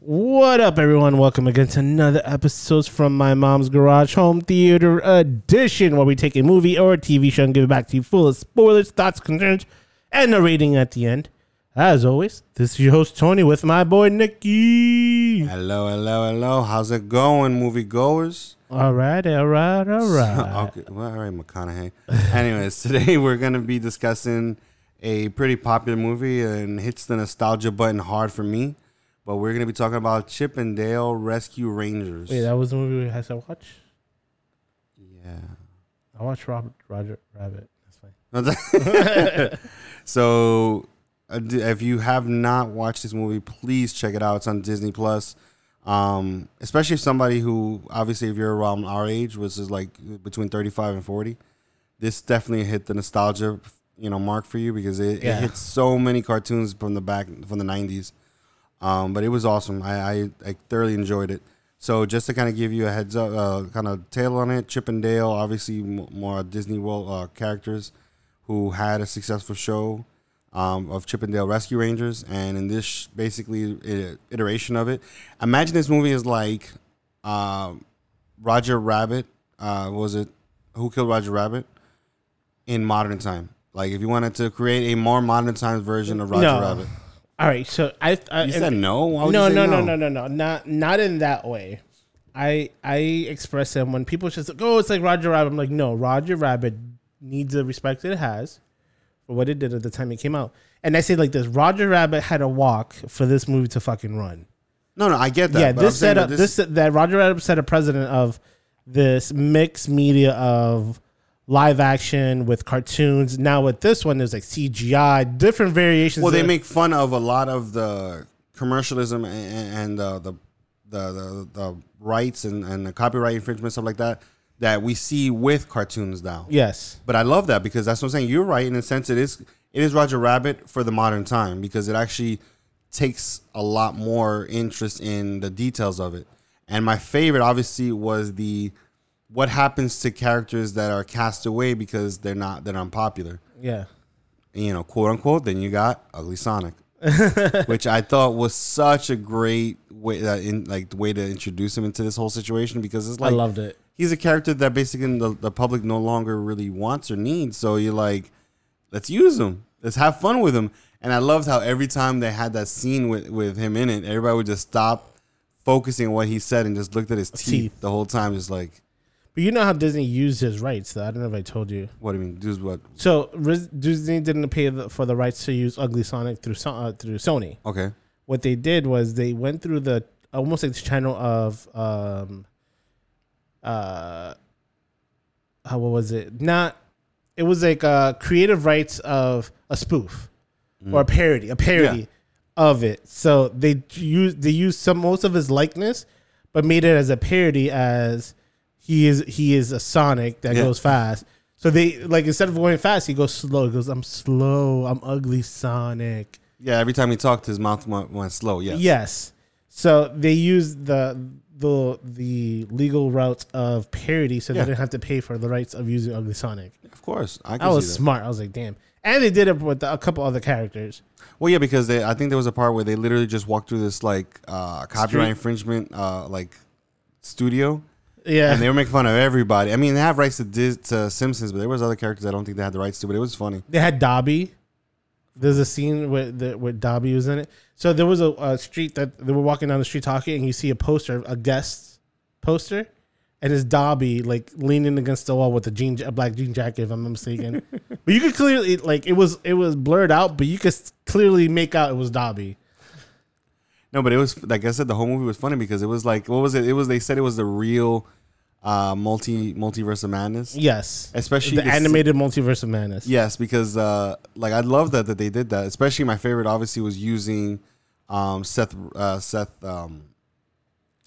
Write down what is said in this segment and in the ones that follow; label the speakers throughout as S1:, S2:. S1: What up, everyone? Welcome again to another episode from my mom's garage home theater edition, where we take a movie or a TV show and give it back to you full of spoilers, thoughts, concerns, and a rating at the end. As always, this is your host Tony with my boy Nikki.
S2: Hello, hello, hello. How's it going, moviegoers?
S1: All right, all right, all right.
S2: okay, well, all right, McConaughey. Anyways, today we're gonna be discussing a pretty popular movie and hits the nostalgia button hard for me. But we're gonna be talking about Chip and Dale Rescue Rangers.
S1: Wait, that was the movie we had to watch.
S2: yeah.
S1: I watched Robert Roger Rabbit. That's fine.
S2: so, uh, d- if you have not watched this movie, please check it out. It's on Disney Plus. Um, especially if somebody who, obviously, if you're around our age, which is like between 35 and 40, this definitely hit the nostalgia, you know, mark for you because it,
S1: Yeah.
S2: it hits so many cartoons from the back from the 90s. Um, but it was awesome. I, I, I thoroughly enjoyed it. So just to kind of give you a heads up, uh, kind of tail on it, Chip and Dale, obviously m- more Disney World uh, characters who had a successful show um, of Chip and Dale Rescue Rangers, and in this sh- basically i iteration of it, imagine this movie is like uh, Roger Rabbit. Uh, was it Who Killed Roger Rabbit? In modern time, like if you wanted to create a more modern times version of Roger
S1: No.
S2: Rabbit,
S1: All right, so I, I
S2: you said no. Why would
S1: no,
S2: Oh, you say
S1: no, no, no, no, no, not not in that way. I I express them when people just like, oh, it's like Roger Rabbit. I'm like, no, Roger Rabbit needs the respect it has for what it did at the time it came out. And I say like this: Roger Rabbit had a walk for this movie to fucking run.
S2: no, no. I get that.
S1: yeah,
S2: but I'm
S1: this
S2: saying
S1: set
S2: that
S1: up this, that Roger Rabbit set a precedent of this mixed media of live action with cartoons. Now with this one, there's like CGI, different variations.
S2: Well, they
S1: of-
S2: make fun of a lot of the commercialism and, and uh, the, the the the rights and, and the copyright infringement stuff like that that we see with cartoons now.
S1: yes,
S2: But I love that because that's what I'm saying. You're right in a sense. It is it is Roger Rabbit for the modern time because it actually takes a lot more interest in the details of it. And my favorite, obviously, was the what happens to characters that are cast away because they're not they're unpopular
S1: yeah.
S2: you know, quote unquote, then you got Ugly Sonic, which I thought was such a great way, uh, in, like way to introduce him into this whole situation because it's like
S1: I loved it.
S2: he's a character that basically the, the public no longer really wants or needs. So you're like, let's use him, let's have fun with him. And I loved how every time they had that scene with, with him in it, everybody would just stop focusing on what he said and just looked at his teeth,
S1: Teeth.
S2: the whole time, just like,
S1: But you know how Disney used his rights, though. I don't know if I told you.
S2: what do you mean? Dude's what?
S1: So Riz- Disney didn't pay the, for the rights to use Ugly Sonic through so- uh, through Sony.
S2: Okay.
S1: What they did was they went through the almost like the channel of um uh, uh what was it? Not it was like uh creative rights of a spoof or a parody, a parody
S2: Mm. Yeah.
S1: of it. So they used they used some most of his likeness, but made it as a parody as he is he is a Sonic that
S2: Yeah.
S1: goes fast. So they like instead of going fast, he goes slow. He goes, I'm slow. I'm ugly Sonic.
S2: Yeah, every time he talked, his mouth went, went slow. Yeah.
S1: Yes. So they used the the the legal route of parody, so
S2: Yeah.
S1: they didn't have to pay for the rights of using Ugly Sonic.
S2: Of course. I can
S1: I
S2: see
S1: was
S2: that.
S1: smart. I was like, damn. And they did it with a couple other characters.
S2: Well, yeah, because they, I think there was a part where they literally just walked through this like uh, copyright
S1: Street.
S2: infringement uh, like studio,
S1: Yeah.
S2: and they were making fun of everybody. I mean, they have rights to, Dis- to Simpsons, but there was other characters I don't think they had the rights to. But it was funny.
S1: they had Dobby. There's a scene where the, where Dobby was in it. So there was a, a street that they were walking down the street talking, and you see a poster, a guest poster, and it's Dobby like leaning against the wall with a jean, a black jean jacket, if I'm not mistaken. but you could clearly like it was it was blurred out, but you could s- clearly make out it was Dobby.
S2: No, but it was like I said, the whole movie was funny because it was like what was it? It was they said it was the real uh, multi multiverse of madness.
S1: Yes,
S2: Especially
S1: the,
S2: the s-
S1: animated multiverse of madness.
S2: Yes, because uh, like I love that that they did that. Especially my favorite, obviously, was using um, Seth uh, Seth um,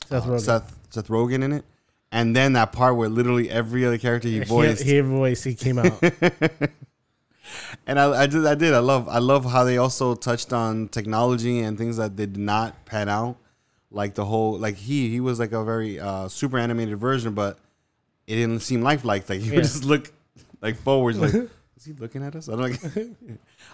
S1: Seth Rogen.
S2: Seth Seth Rogen in it, and then that part where literally every other character he voiced,
S1: He, he voiced. He came out.
S2: and I, I did I did I love I love how they also touched on technology and things that did not pan out, like the whole like he he was like a very uh, super animated version, but it didn't seem lifelike. Like he
S1: Yeah.
S2: would just look like forward, like is he looking at us? I don't like.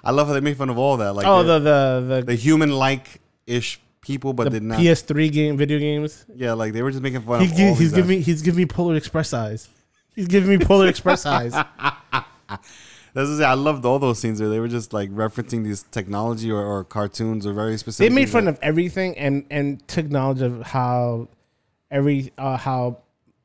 S2: I love how they make fun of all that, like
S1: oh, the
S2: the
S1: the the
S2: the human like ish people, but did not.
S1: PS3 game video games.
S2: yeah, like they were just making fun
S1: He,
S2: of.
S1: gi-
S2: all
S1: he's
S2: these
S1: giving me he's giving me Polar Express eyes. He's giving me Polar Express eyes.
S2: That's what I, I loved all those scenes where they were just like referencing these technology or, or cartoons or very
S1: They
S2: specific.
S1: made fun of everything and and took knowledge of how every uh, how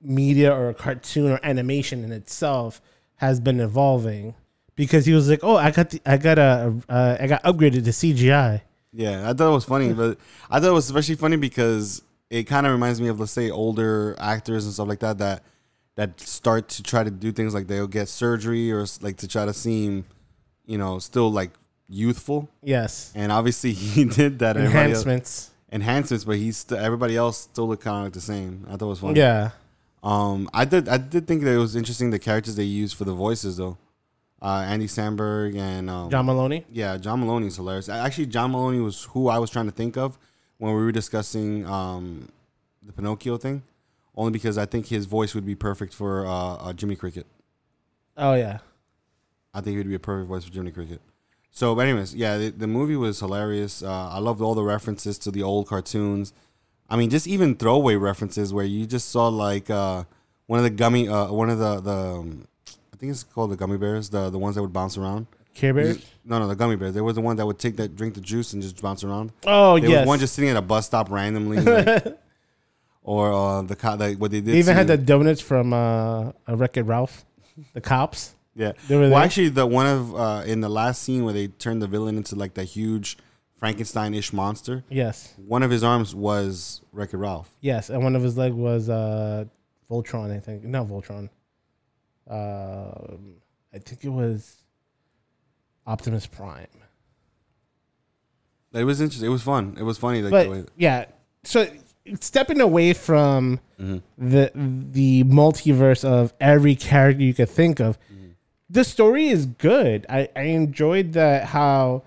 S1: media or cartoon or animation in itself has been evolving. Because he was like, "Oh, I got the, I got a uh, I got upgraded to CGI."
S2: Yeah, I thought it was funny, but I thought it was especially funny because it kind of reminds me of let's say older actors and stuff like that that that start to try to do things like they'll get surgery or s- like to try to seem, you know, still like youthful.
S1: Yes,
S2: And obviously he did that. and everybody else-
S1: enhancements.
S2: enhancements, but he's st- everybody else still looked kind of like the same. I thought it was funny.
S1: Yeah,
S2: Um, I did. I did think that it was interesting the characters they used for the voices though. Uh, Andy Samberg and um,
S1: John Maloney.
S2: yeah, John Maloney is hilarious. A- Actually, John Maloney was who I was trying to think of when we were discussing um, the Pinocchio thing, only because I think his voice would be perfect for uh, uh, Jimmy Cricket.
S1: Oh yeah,
S2: I think he would be a perfect voice for Jimmy Cricket. So, but anyways, yeah, the, the movie was hilarious. Uh, I loved all the references to the old cartoons. I mean, just even throwaway references where you just saw like uh, one of the gummy, uh, one of the the, um, I think it's called the gummy bears, the the ones that would bounce around.
S1: Care Bears.
S2: No, no, the gummy bears. There was the one that would take that, drink the juice, and just bounce around.
S1: Oh
S2: There
S1: yes,
S2: was one just sitting at a bus stop randomly. like- or uh, the co- like what they did.
S1: They even had
S2: see-
S1: the donuts from uh, a Wreck-It Ralph, the cops.
S2: Yeah.
S1: They were
S2: well,
S1: there.
S2: actually, the one of uh, in the last scene where they turned the villain into like that huge Frankenstein-ish monster.
S1: Yes,
S2: One of his arms was Wreck-It Ralph.
S1: yes, and one of his leg was uh, Voltron, I think. Not Voltron. Um I think it was Optimus Prime.
S2: It was interesting. It was fun. It was funny. Like,
S1: But
S2: the way-
S1: yeah, so stepping away from the the multiverse of every character you could think of, the story is good. I, I enjoyed that how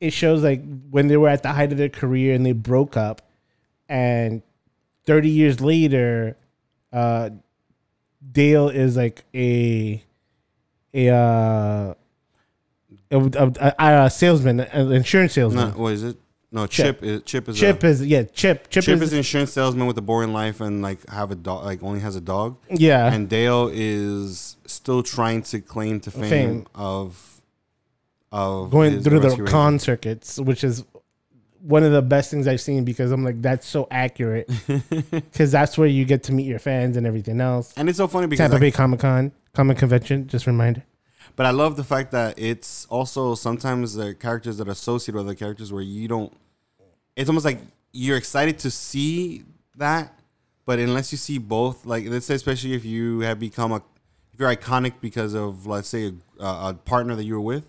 S1: it shows like when they were at the height of their career and they broke up, and thirty years later, uh, Dale is like a a uh, a, a, a, a salesman, an insurance salesman.
S2: no, what is it? No,
S1: Chip.
S2: Chip. Chip is Chip is,
S1: Chip
S2: a,
S1: is yeah. Chip Chip,
S2: Chip
S1: is,
S2: is an insurance salesman with a boring life and like have a dog. Like only has a dog.
S1: yeah.
S2: and Dale is still trying to claim to fame,
S1: Fame.
S2: of of
S1: going
S2: his
S1: through the
S2: rescue
S1: con circuits, which is one of the best things I've seen because I'm like that's so accurate because that's where you get to meet your fans and everything else.
S2: ranger. And it's so funny because,
S1: Tampa
S2: like,
S1: Bay Comic Con, Comic Convention, just a reminder.
S2: but I love the fact that it's also sometimes the characters that are associated with the characters where you don't. It's almost like you're excited to see that, but unless you see both, like let's say especially if you have become a, if you're iconic because of let's say a, a partner that you were with,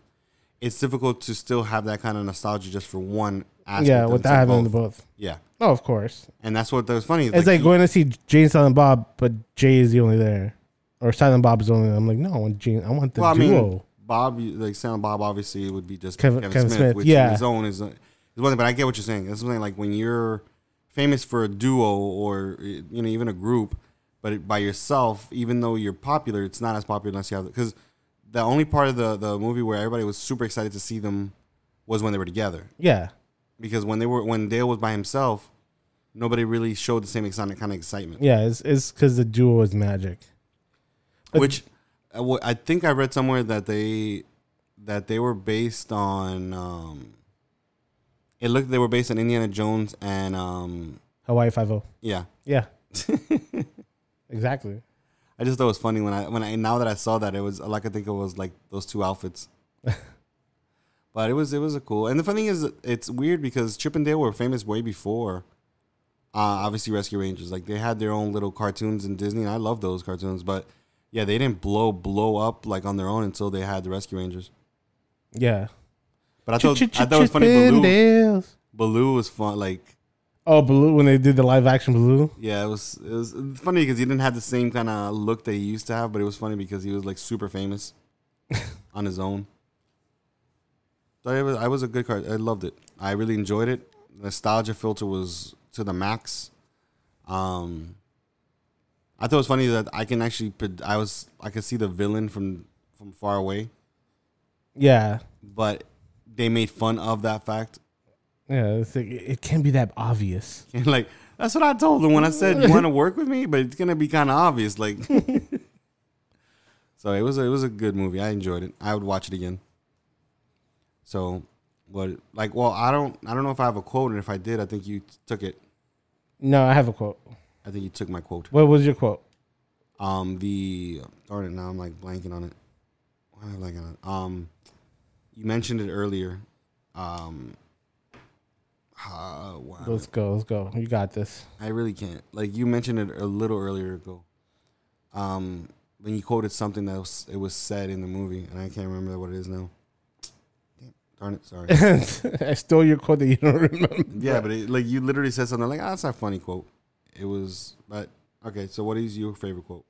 S2: it's difficult to still have that kind of nostalgia just for one. aspect
S1: yeah,
S2: of it,
S1: without
S2: so
S1: having
S2: both.
S1: the both.
S2: Yeah.
S1: Oh, of course.
S2: And that's what that was funny.
S1: It's like, going to see Jane Silent Bob, but Jay is the only there, or Silent Bob is the only. There. I'm like, no, I want Jane. I want the
S2: well, I
S1: duo.
S2: mean, Bob, you- like Silent Bob, obviously would be just
S1: Kevin-
S2: Kevin,
S1: Kevin
S2: Smith,
S1: Smith,
S2: which
S1: yeah.
S2: in his own is, is one. thing, But I get what you're saying. That's something like when you're famous for a duo or you know even a group, but it, by yourself, even though you're popular, it's not as popular unless you have because the only part of the the movie where everybody was super excited to see them was when they were together.
S1: yeah,
S2: Because when they were when Dale was by himself, nobody really showed the same excitement kind of excitement.
S1: yeah. It's it's because the duo is magic. But-
S2: which I wa- I think I read somewhere that they that they were based on. Um, it looked they were based on Indiana Jones and um,
S1: Hawaii Five O.
S2: yeah.
S1: Yeah, exactly.
S2: I just thought it was funny when I when I now that I saw that it was all I could think of was like those two outfits. but it was it was a cool and the funny thing is it's weird because Chip and Dale were famous way before. Uh, obviously, Rescue Rangers like they had their own little cartoons in Disney, and I love those cartoons. But yeah, they didn't blow blow up like on their own until they had the Rescue Rangers.
S1: Yeah.
S2: But I thought I thought it was funny. Baloo,
S1: Chippendales.
S2: Baloo was fun. Like
S1: Oh, Baloo when they did the live action Baloo.
S2: yeah, it was it was funny because he didn't have the same kind of look that he used to have, but it was funny because he was like super famous on his own. So it was I was a good card. I loved it. I really enjoyed it. Nostalgia filter was to the max. Um, I thought it was funny that I can actually pred- I was I could see the villain from from far away,
S1: Yeah,
S2: but they made fun of that fact.
S1: Yeah, it's like, it can't be that obvious.
S2: And like that's what I told him when I said you want to work with me, but it's gonna be kind of obvious. Like, so it was a, it was a good movie. I enjoyed it. I would watch it again. So, what like well I don't I don't know if I have a quote, and if I did, I think you took it.
S1: No, I have a quote.
S2: I think you took my quote.
S1: What was your quote?
S2: Um, the darn it, now I'm like blanking on it. Why am I blanking on it? Um, you mentioned it earlier. Um, uh, wow.
S1: Let's go. Let's go. You got this.
S2: I really can't. Like you mentioned it a little earlier ago. Um, when you quoted something that was it was said in the movie, and I can't remember what it is now. Damn, darn it, sorry.
S1: I stole your quote that you don't remember.
S2: yeah, but it, like you literally said something like, "Ah, that's not a funny quote." It was, but okay. So, what is your favorite quote?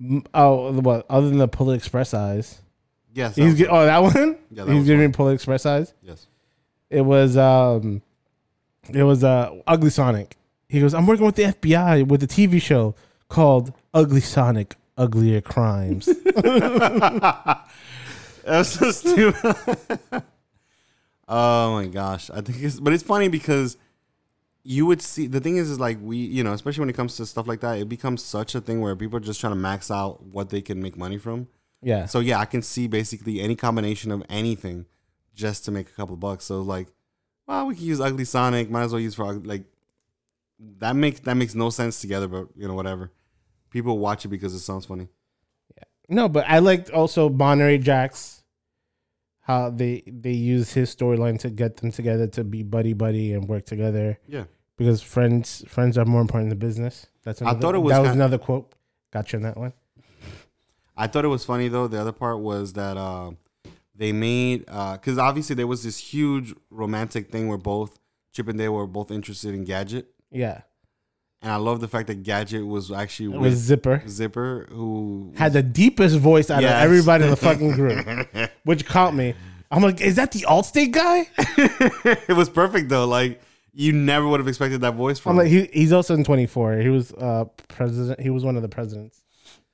S1: Mm, Oh, the what? Other than the Polar Express eyes.
S2: Yes, that
S1: He's
S2: was-
S1: gi- oh that one.
S2: Yeah, that
S1: He's
S2: was
S1: giving me Polar Express eyes.
S2: yes.
S1: It was um, it was uh Ugly Sonic. He goes, I'm working with the FBI with a TV show called Ugly Sonic: Uglier Crimes.
S2: That's so stupid. oh my gosh, I think it's but it's funny because you would see the thing is is like we you know especially when it comes to stuff like that it becomes such a thing where people are just trying to max out what they can make money from.
S1: yeah.
S2: So yeah, I can see basically any combination of anything just to make a couple bucks. So like, well, we can use Ugly Sonic. Might as well use Frog. Like that makes that makes no sense together, but you know whatever. People watch it because it sounds funny.
S1: No, but I liked also Monterey Jack's how they they use his storyline to get them together to be buddy buddy and work together
S2: Yeah.
S1: because friends friends are more important than business. That's another,
S2: thought it was
S1: that was
S2: kind-
S1: another quote. Got you on that one.
S2: I thought it was funny though. The other part was that uh, they made because obviously there was this huge romantic thing where both Chip and Dale were both interested in Gadget,
S1: Yeah,
S2: and I love the fact that Gadget was actually
S1: it
S2: with
S1: was Zipper
S2: Zipper, who
S1: had the deepest voice out
S2: Yes.
S1: of everybody in the fucking group, which caught me. I'm like, is that the Allstate guy?
S2: it was perfect though. Like you never would have expected that voice
S1: I'm
S2: from.
S1: like,
S2: him.
S1: he, he's also in 24. He was uh president. He was one of the presidents.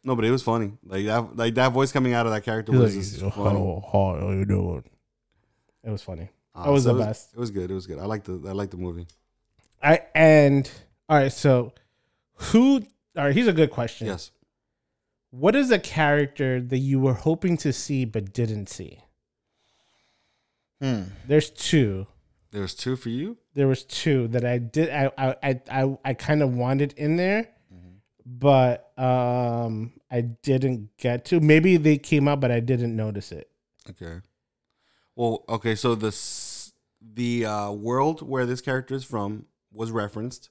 S2: no, but it was funny. Like that, like that voice coming out of that character
S1: He
S2: was
S1: was
S2: just
S1: like,
S2: funny.
S1: oh, hi, how you doing? It was funny.
S2: Uh,
S1: that was
S2: so
S1: the
S2: it
S1: best.
S2: It was good. It was good. I liked the I liked the movie.
S1: I and all right, so who all right, here's a good question.
S2: Yes.
S1: What is a character that you were hoping to see but didn't see? There's two.
S2: There's two for you.
S1: There was two that I did I I I I, I kind of wanted in there, but um I didn't get to. Maybe they came out but I didn't notice it.
S2: Okay. Well, okay. So the s- the uh, world where this character is from was referenced,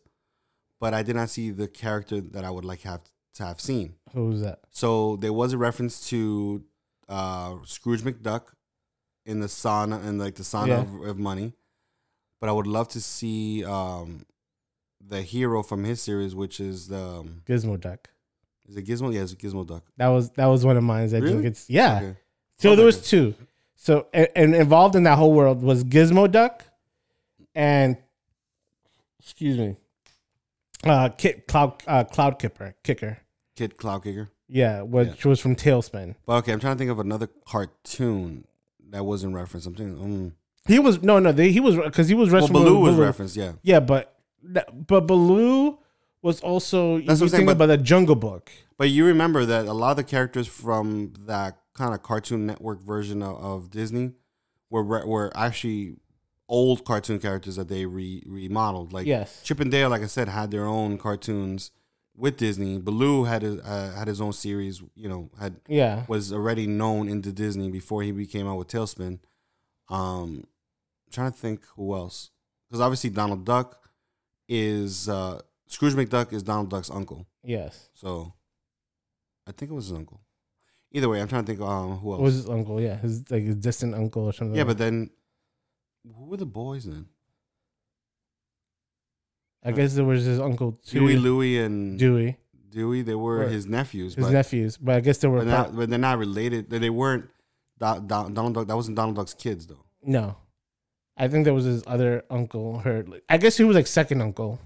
S2: but I did not see the character that I would like have to have seen.
S1: Who was that?
S2: So there was a reference to uh, Scrooge McDuck in the sauna and like the sauna
S1: Yeah.
S2: of, of money, but I would love to see um, the hero from his series, which is the um,
S1: Gizmo Duck.
S2: is it Gizmo? Yeah, it's Gizmo Duck.
S1: That was that was one of mine. That
S2: Really?
S1: just gets yeah.
S2: Okay.
S1: So
S2: Oh
S1: there
S2: my
S1: was
S2: God.
S1: two. So and, and involved in that whole world was Gizmo Duck, and excuse me, uh, Kit Cloud uh, Cloud Kipper Kicker.
S2: Kid Cloud Kicker.
S1: Yeah, which was from Tailspin.
S2: But okay, I'm trying to think of another cartoon that was in reference. I'm thinking, mm.
S1: He was no no they, he was because he was
S2: well,
S1: wrestling.
S2: Baloo
S1: with
S2: was referenced. Yeah,
S1: Yeah, but that- but Baloo was also
S2: That's what
S1: you
S2: I'm saying,
S1: think
S2: but-
S1: about the Jungle Book.
S2: but you remember that a lot of the characters from that kind of Cartoon Network version of, of Disney were re- were actually old cartoon characters that they re- remodeled. Like
S1: Yes.
S2: Chip and Dale, like I said, had their own cartoons with Disney. Baloo had his, uh, had his own series. You know, had
S1: Yeah,
S2: was already known into Disney before he became out with Tailspin. Um, trying to think who else, because obviously Donald Duck is uh, Scrooge McDuck is Donald Duck's uncle,
S1: yes.
S2: so I think it was his uncle. Either way, I'm trying to think um, who
S1: It uh,
S2: else.
S1: was his uncle? Yeah, his like his distant uncle or something.
S2: yeah,
S1: like
S2: but then who were the boys then?
S1: that. I guess there was his uncle
S2: Dewey,
S1: too.
S2: Louie, and
S1: Dewey,
S2: Dewey. They were
S1: Right.
S2: his nephews,
S1: his
S2: but,
S1: nephews, but I guess there were
S2: but,
S1: pro-
S2: not, but they're not related. They, they weren't. Don, Don, Donald Duck. That wasn't Donald Duck's kids though.
S1: No. I think that was his other uncle. Her, I guess he was like second uncle,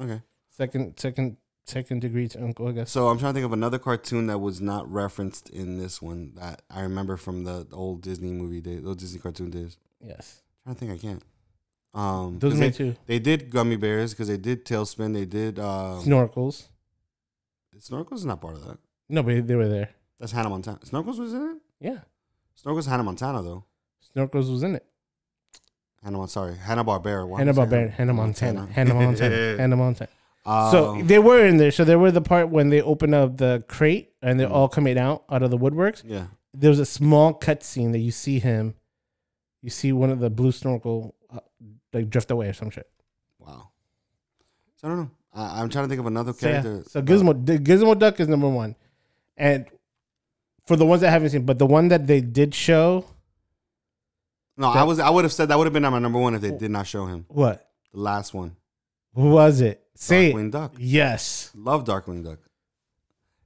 S2: Okay.
S1: second, second, second degree to uncle. I guess.
S2: So I'm trying to think of another cartoon that was not referenced in this one that I remember from the old Disney movie days, old Disney cartoon days.
S1: Yes.
S2: I think I can't. Um,
S1: Those
S2: 'cause
S1: are my
S2: they,
S1: two.
S2: They did gummy bears because they did tailspin. They did uh,
S1: Snorkels.
S2: snorkels. Is not part of that.
S1: No, but they were there.
S2: That's Hannah Montana. Snorkels was in it.
S1: Yeah,
S2: Snorkels Hannah Montana though.
S1: Snorkels was in it.
S2: Hannah Mon- sorry Hannah Barbera.
S1: Hannah Barbera, Hannah Montana, Hannah Montana, Hannah Montana. So
S2: Um,
S1: they were in there. So there were the part when they open up the crate and they're all coming out out of the woodworks.
S2: yeah,
S1: There was a small cutscene that you see him. You see one of the blue snorkel uh, like drift away or some shit.
S2: wow. So I don't know. I, I'm trying to think of another
S1: So, yeah.
S2: character.
S1: So Gizmo, the Gizmo Duck is number one, and for the ones that haven't seen, but the one that they did show,
S2: No, I was. I would have said that would have been at my number one if they did not show him.
S1: what
S2: The last one,
S1: Who was it? Say it.
S2: Darkwing Duck.
S1: Yes.
S2: Love Darkwing Duck.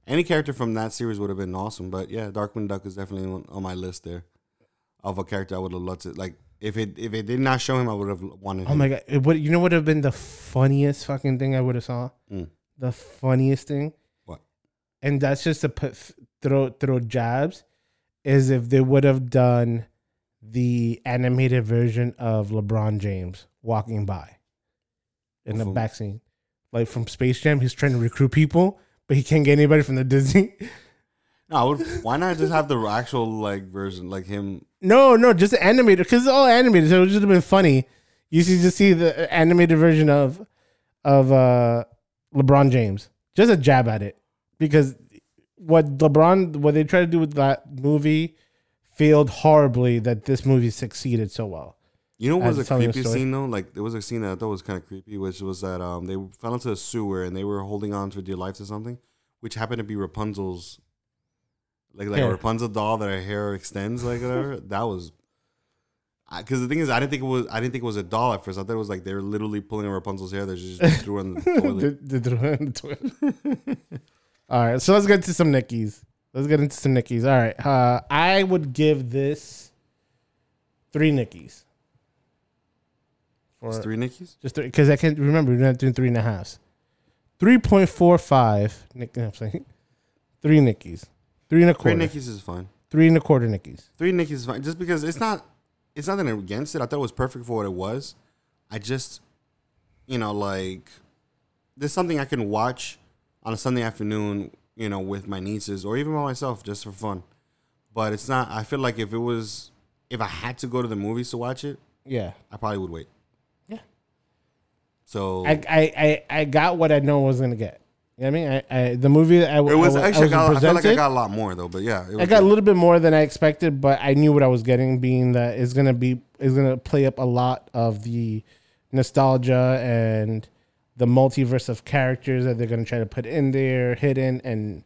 S2: Any character from that series would have been awesome, but yeah, Darkwing Duck is definitely on- on my list there of a character I would have loved to like. If it if it did not show him, I would have wanted.
S1: Oh
S2: him.
S1: my god! It would you know what would have been the funniest fucking thing I would have saw?
S2: Mm.
S1: The funniest thing.
S2: What?
S1: And that's just to put throw throw jabs, is if they would have done the animated version of LeBron James walking by in the
S2: From-
S1: back scene, like from Space Jam. He's trying to recruit people, but he can't get anybody from the Disney.
S2: No, I would, why not just have the actual like version, like him?
S1: No, no, just animated because it's all animated, so it would just have been funny. You should just see the uh, animated version of of uh LeBron James. Just a jab at it because what LeBron, what they tried to do with that movie, failed horribly. That this movie succeeded so well.
S2: You know, what was
S1: Uh,
S2: a
S1: tell me a
S2: creepy
S1: story.
S2: scene though. Like there was a scene that I thought was kind of creepy, which was that um they fell into a sewer and they were holding on for dear life to something, which happened to be Rapunzel's, like like
S1: Hair.
S2: a Rapunzel doll that her hair extends, like whatever. that was. Because the thing is, I didn't think it was. I didn't think it was a doll at first. I thought it was like they were literally pulling Rapunzel's hair. They just threw on the toilet.
S1: The- the throw in the toilet. all right, so let's get into some Nickies. Let's get into some Nickies. All right, uh, I would give this three Nickies. For
S2: It's three Nickies.
S1: Just because I can't remember. We're not doing three and a half. Three point four five. Nick, I'm saying three nickies, three and a
S2: Three
S1: quarter, three,
S2: Nickies is fine.
S1: and a quarter nickies.
S2: Three Nickies is fine. Just because it's not it's nothing against it. I thought it was perfect for what it was. I just you know, like there's something I can watch on a Sunday afternoon, you know, with my nieces or even by myself just for fun. But it's not I feel like if it was if I had to go to the movies to watch it,
S1: Yeah,
S2: I probably would wait.
S1: Yeah.
S2: So
S1: I, I, I, I got what I know I was gonna get. You know what I mean, I, I the movie that I,
S2: it was actually I,
S1: I
S2: got, I
S1: was
S2: felt like I
S1: presented,
S2: got a lot more though, but yeah, it was
S1: I got a little bit more than I expected, but I knew what I was getting, being that it's gonna be it's gonna play up a lot of the nostalgia and the multiverse of characters that they're gonna try to put in there, hidden, and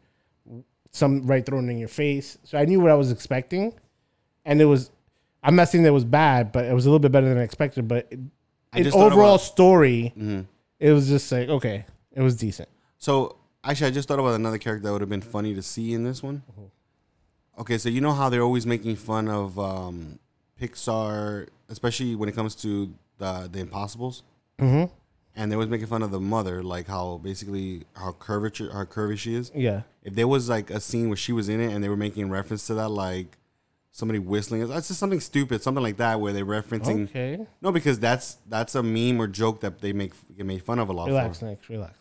S1: some right thrown in your face. So I knew what I was expecting, and it was. I'm not saying that it was bad, but it was a little bit better than I expected. But it,
S2: I
S1: in
S2: just thought
S1: overall
S2: about- Mm-hmm.
S1: story, it was just like okay, it was decent.
S2: So actually, I just thought about another character that would have been funny to see in this one.
S1: Uh-huh.
S2: Okay, so you know how they're always making fun of um, Pixar, especially when it comes to the the Impossibles,
S1: Mm-hmm.
S2: and they always making fun of the mother, like how basically how curvature how curvy she is.
S1: Yeah,
S2: If there was like a scene where she was in it and they were making reference to that, like somebody whistling, that's just something stupid, something like that, where they're referencing.
S1: okay.
S2: No, because that's that's a meme or joke that they make get made fun of a lot.
S1: Relax,
S2: For.
S1: Nick. Relax.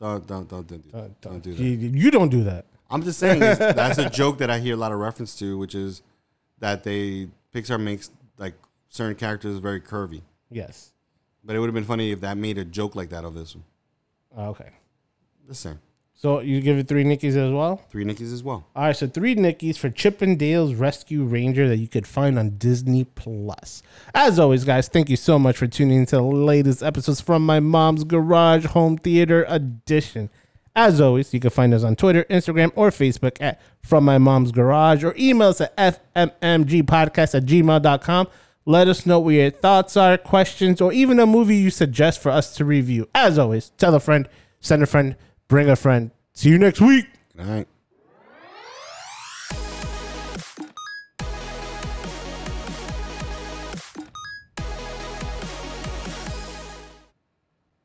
S2: Don't don't don't don't do, that. don't do that.
S1: You, you don't do that.
S2: I'm just saying it's- that's a joke that I hear a lot of reference to, which is that they Pixar makes like certain characters very curvy.
S1: Yes.
S2: But it would have been funny if that made a joke like that of this one.
S1: Oh, okay.
S2: The same.
S1: So you give it three Nickies as well?
S2: Three Nickies as well.
S1: All right, so three Nickies for Chippendales Rescue Ranger that you could find on Disney Plus. As always, guys, thank you so much for tuning into the latest episodes from my mom's garage home theater edition. As always, you can find us on Twitter, Instagram, or Facebook at From My Mom's Garage or email us at fmmgpodcast at gmail.com. Let us know what your thoughts are, questions, or even a movie you suggest for us to review. As always, tell a friend, send a friend, bring a friend. See you next week.
S2: Good night.